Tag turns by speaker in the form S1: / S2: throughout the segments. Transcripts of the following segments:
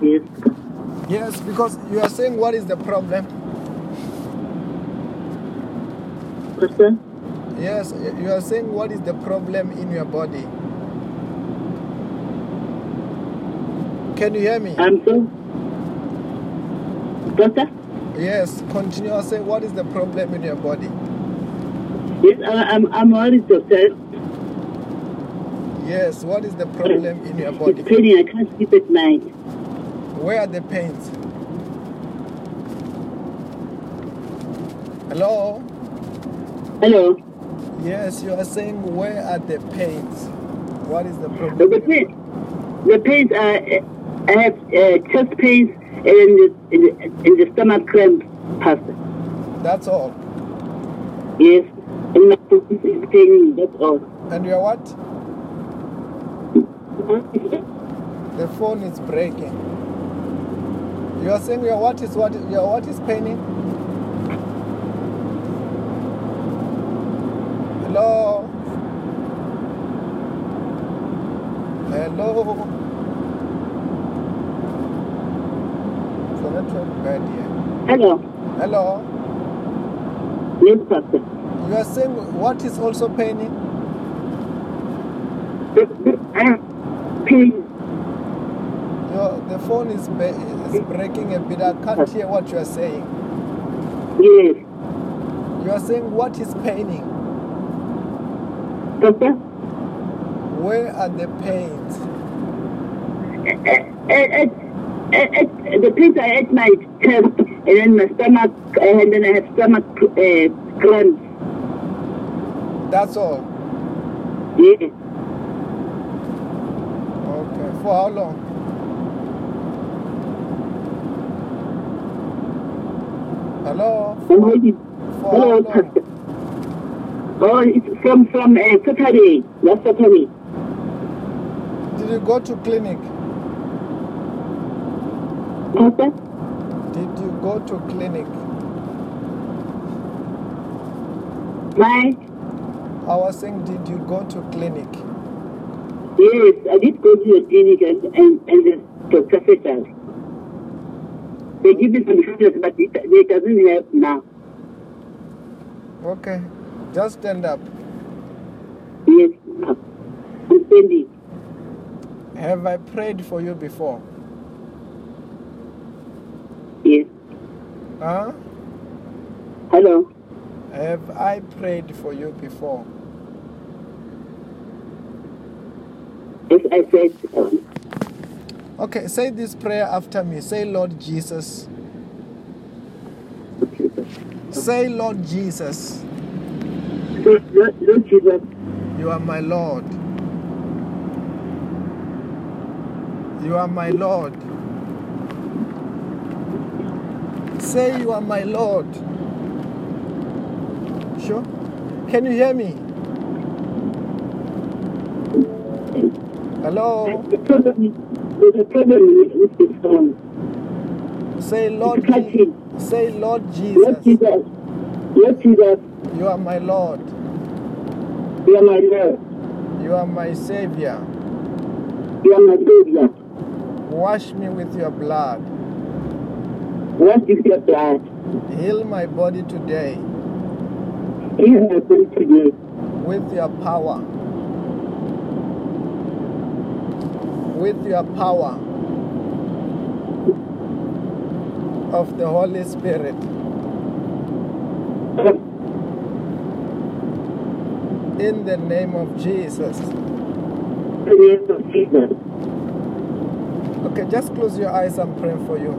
S1: Yes.
S2: Yes, because you are saying what is the problem?
S1: Question?
S2: Yes, y- you are saying what is the problem in your body? Can you hear me?
S1: I'm saying, Doctor?
S2: Yes, continue and say what is the problem in your body?
S1: Yes, I, I'm, I'm worried, Doctor.
S2: Yes, what is the problem in your
S1: It's
S2: body?
S1: paining. I can't sleep at night.
S2: Where are the pains? Hello?
S1: Hello?
S2: Yes, you are saying where are the pains? What is the problem?
S1: The
S2: in your
S1: pain,
S2: body?
S1: the pains are, uh, I have uh, chest pains and the, and the, and the stomach cramp, Pastor.
S2: That's all.
S1: Yes, and my foot is paining, that's all.
S2: And you are what? The phone is breaking. You are saying your what is what your what is paining? Hello? Hello? So network bad here.
S1: Hello?
S2: Hello?
S1: Yes, Pastor.
S2: You are saying what is also paining?
S1: The, the, I have pain.
S2: Your the phone is ba- is breaking a bit. I can't hear what you are saying.
S1: Yes.
S2: You are saying what is paining?
S1: Doctor?
S2: Where are the pains?
S1: at, at, at, at eh, the place I ate my chest and then my stomach, eh, and then I have stomach uh, cramps.
S2: That's all.
S1: Yeah.
S2: Okay. For how long? Hello?
S1: And
S2: For,
S1: maybe-
S2: for how
S1: Hello,
S2: long?
S1: Pastor. Oh, it's from from uh, Saturday, last Saturday.
S2: Did you go to clinic?
S1: Pastor?
S2: Did you go to clinic?
S1: My
S2: I was saying, did you go to clinic?
S1: yes, I did go to the clinic and and, and the doctor said that. They give me some tablets, but it, it doesn't help now.
S2: Okay. Just stand up.
S1: Yes, Pastor. I'm standing.
S2: Have I prayed for you before?
S1: Yes.
S2: Huh?
S1: Hello.
S2: Have I prayed for you before?
S1: Yes, I said. Um,
S2: Okay, say this prayer after me. Say, Lord Jesus.
S1: um,
S2: Say, Lord Jesus,
S1: so, Lord, Lord Jesus,
S2: you are my Lord. You are my Lord. Say you are my Lord. Sure. Can you hear me? Hello.
S1: The problem is the problem with with this song.
S2: Say Lord.
S1: It's catchy.
S2: Je- say Lord
S1: Lord
S2: Jesus.
S1: Jesus, Lord Jesus,
S2: You are my Lord.
S1: you are my Lord,
S2: You are my Savior.
S1: you are my Savior.
S2: Wash me with your blood.
S1: What is your blood?
S2: Heal my body today
S1: Heal my body today
S2: with your power. With your power of the Holy Spirit. In the name of Jesus.
S1: in the name of Jesus.
S2: Okay, just close your eyes. I'm praying for you.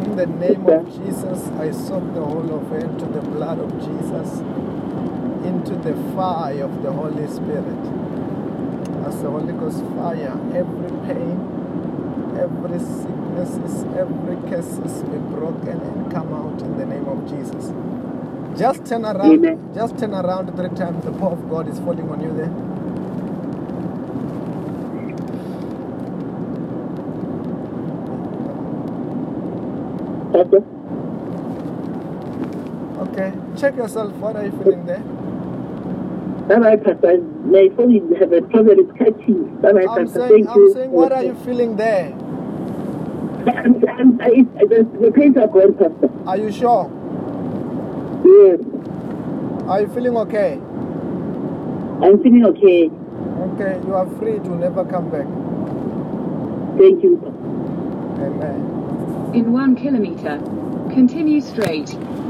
S2: In the name of Jesus, I soak the whole of it into the blood of Jesus, into the fire of the Holy Spirit. As the Holy Ghost fire, every pain, every sicknesses, every curses be broken and come out in the name of Jesus. Just turn around,
S1: Amen.
S2: just turn around three times. The power of God is falling on you there.
S1: Pastor,
S2: Okay, check yourself. What are you feeling there?
S1: Bye bye, Pastor. My phone is have a problem. It's catching. Bye bye,
S2: I'm
S1: Pastor.
S2: saying,
S1: Thank
S2: I'm
S1: you.
S2: saying, what are you feeling there?
S1: I'm, I'm, I, I, the, the pains are gone, Pastor.
S2: Are you sure?
S1: Yes.
S2: Are you feeling okay?
S1: I'm feeling okay.
S2: Okay, you are free to never come back.
S1: Thank you.
S2: Amen.
S3: In one kilometer. Continue straight.